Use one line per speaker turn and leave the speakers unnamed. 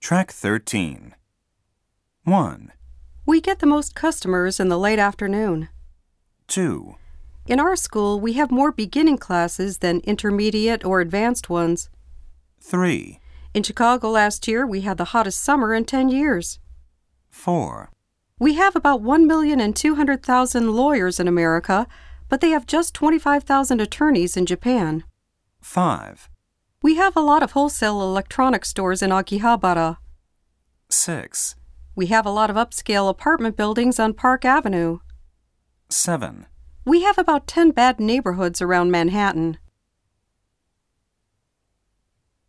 Track 13. 1,
We get the most customers in the late afternoon.
2,
In our school, we have more beginning classes than intermediate or advanced ones.
3,
In Chicago last year, we had the hottest summer in 10 years.
4,
We have about 1,200,000 lawyers in America, but they have just 25,000 attorneys in Japan.
5,
We have a lot of wholesale electronic stores in Akihabara.
6,
We have a lot of upscale apartment buildings on Park Avenue.
7.
We have about 10 bad neighborhoods around Manhattan.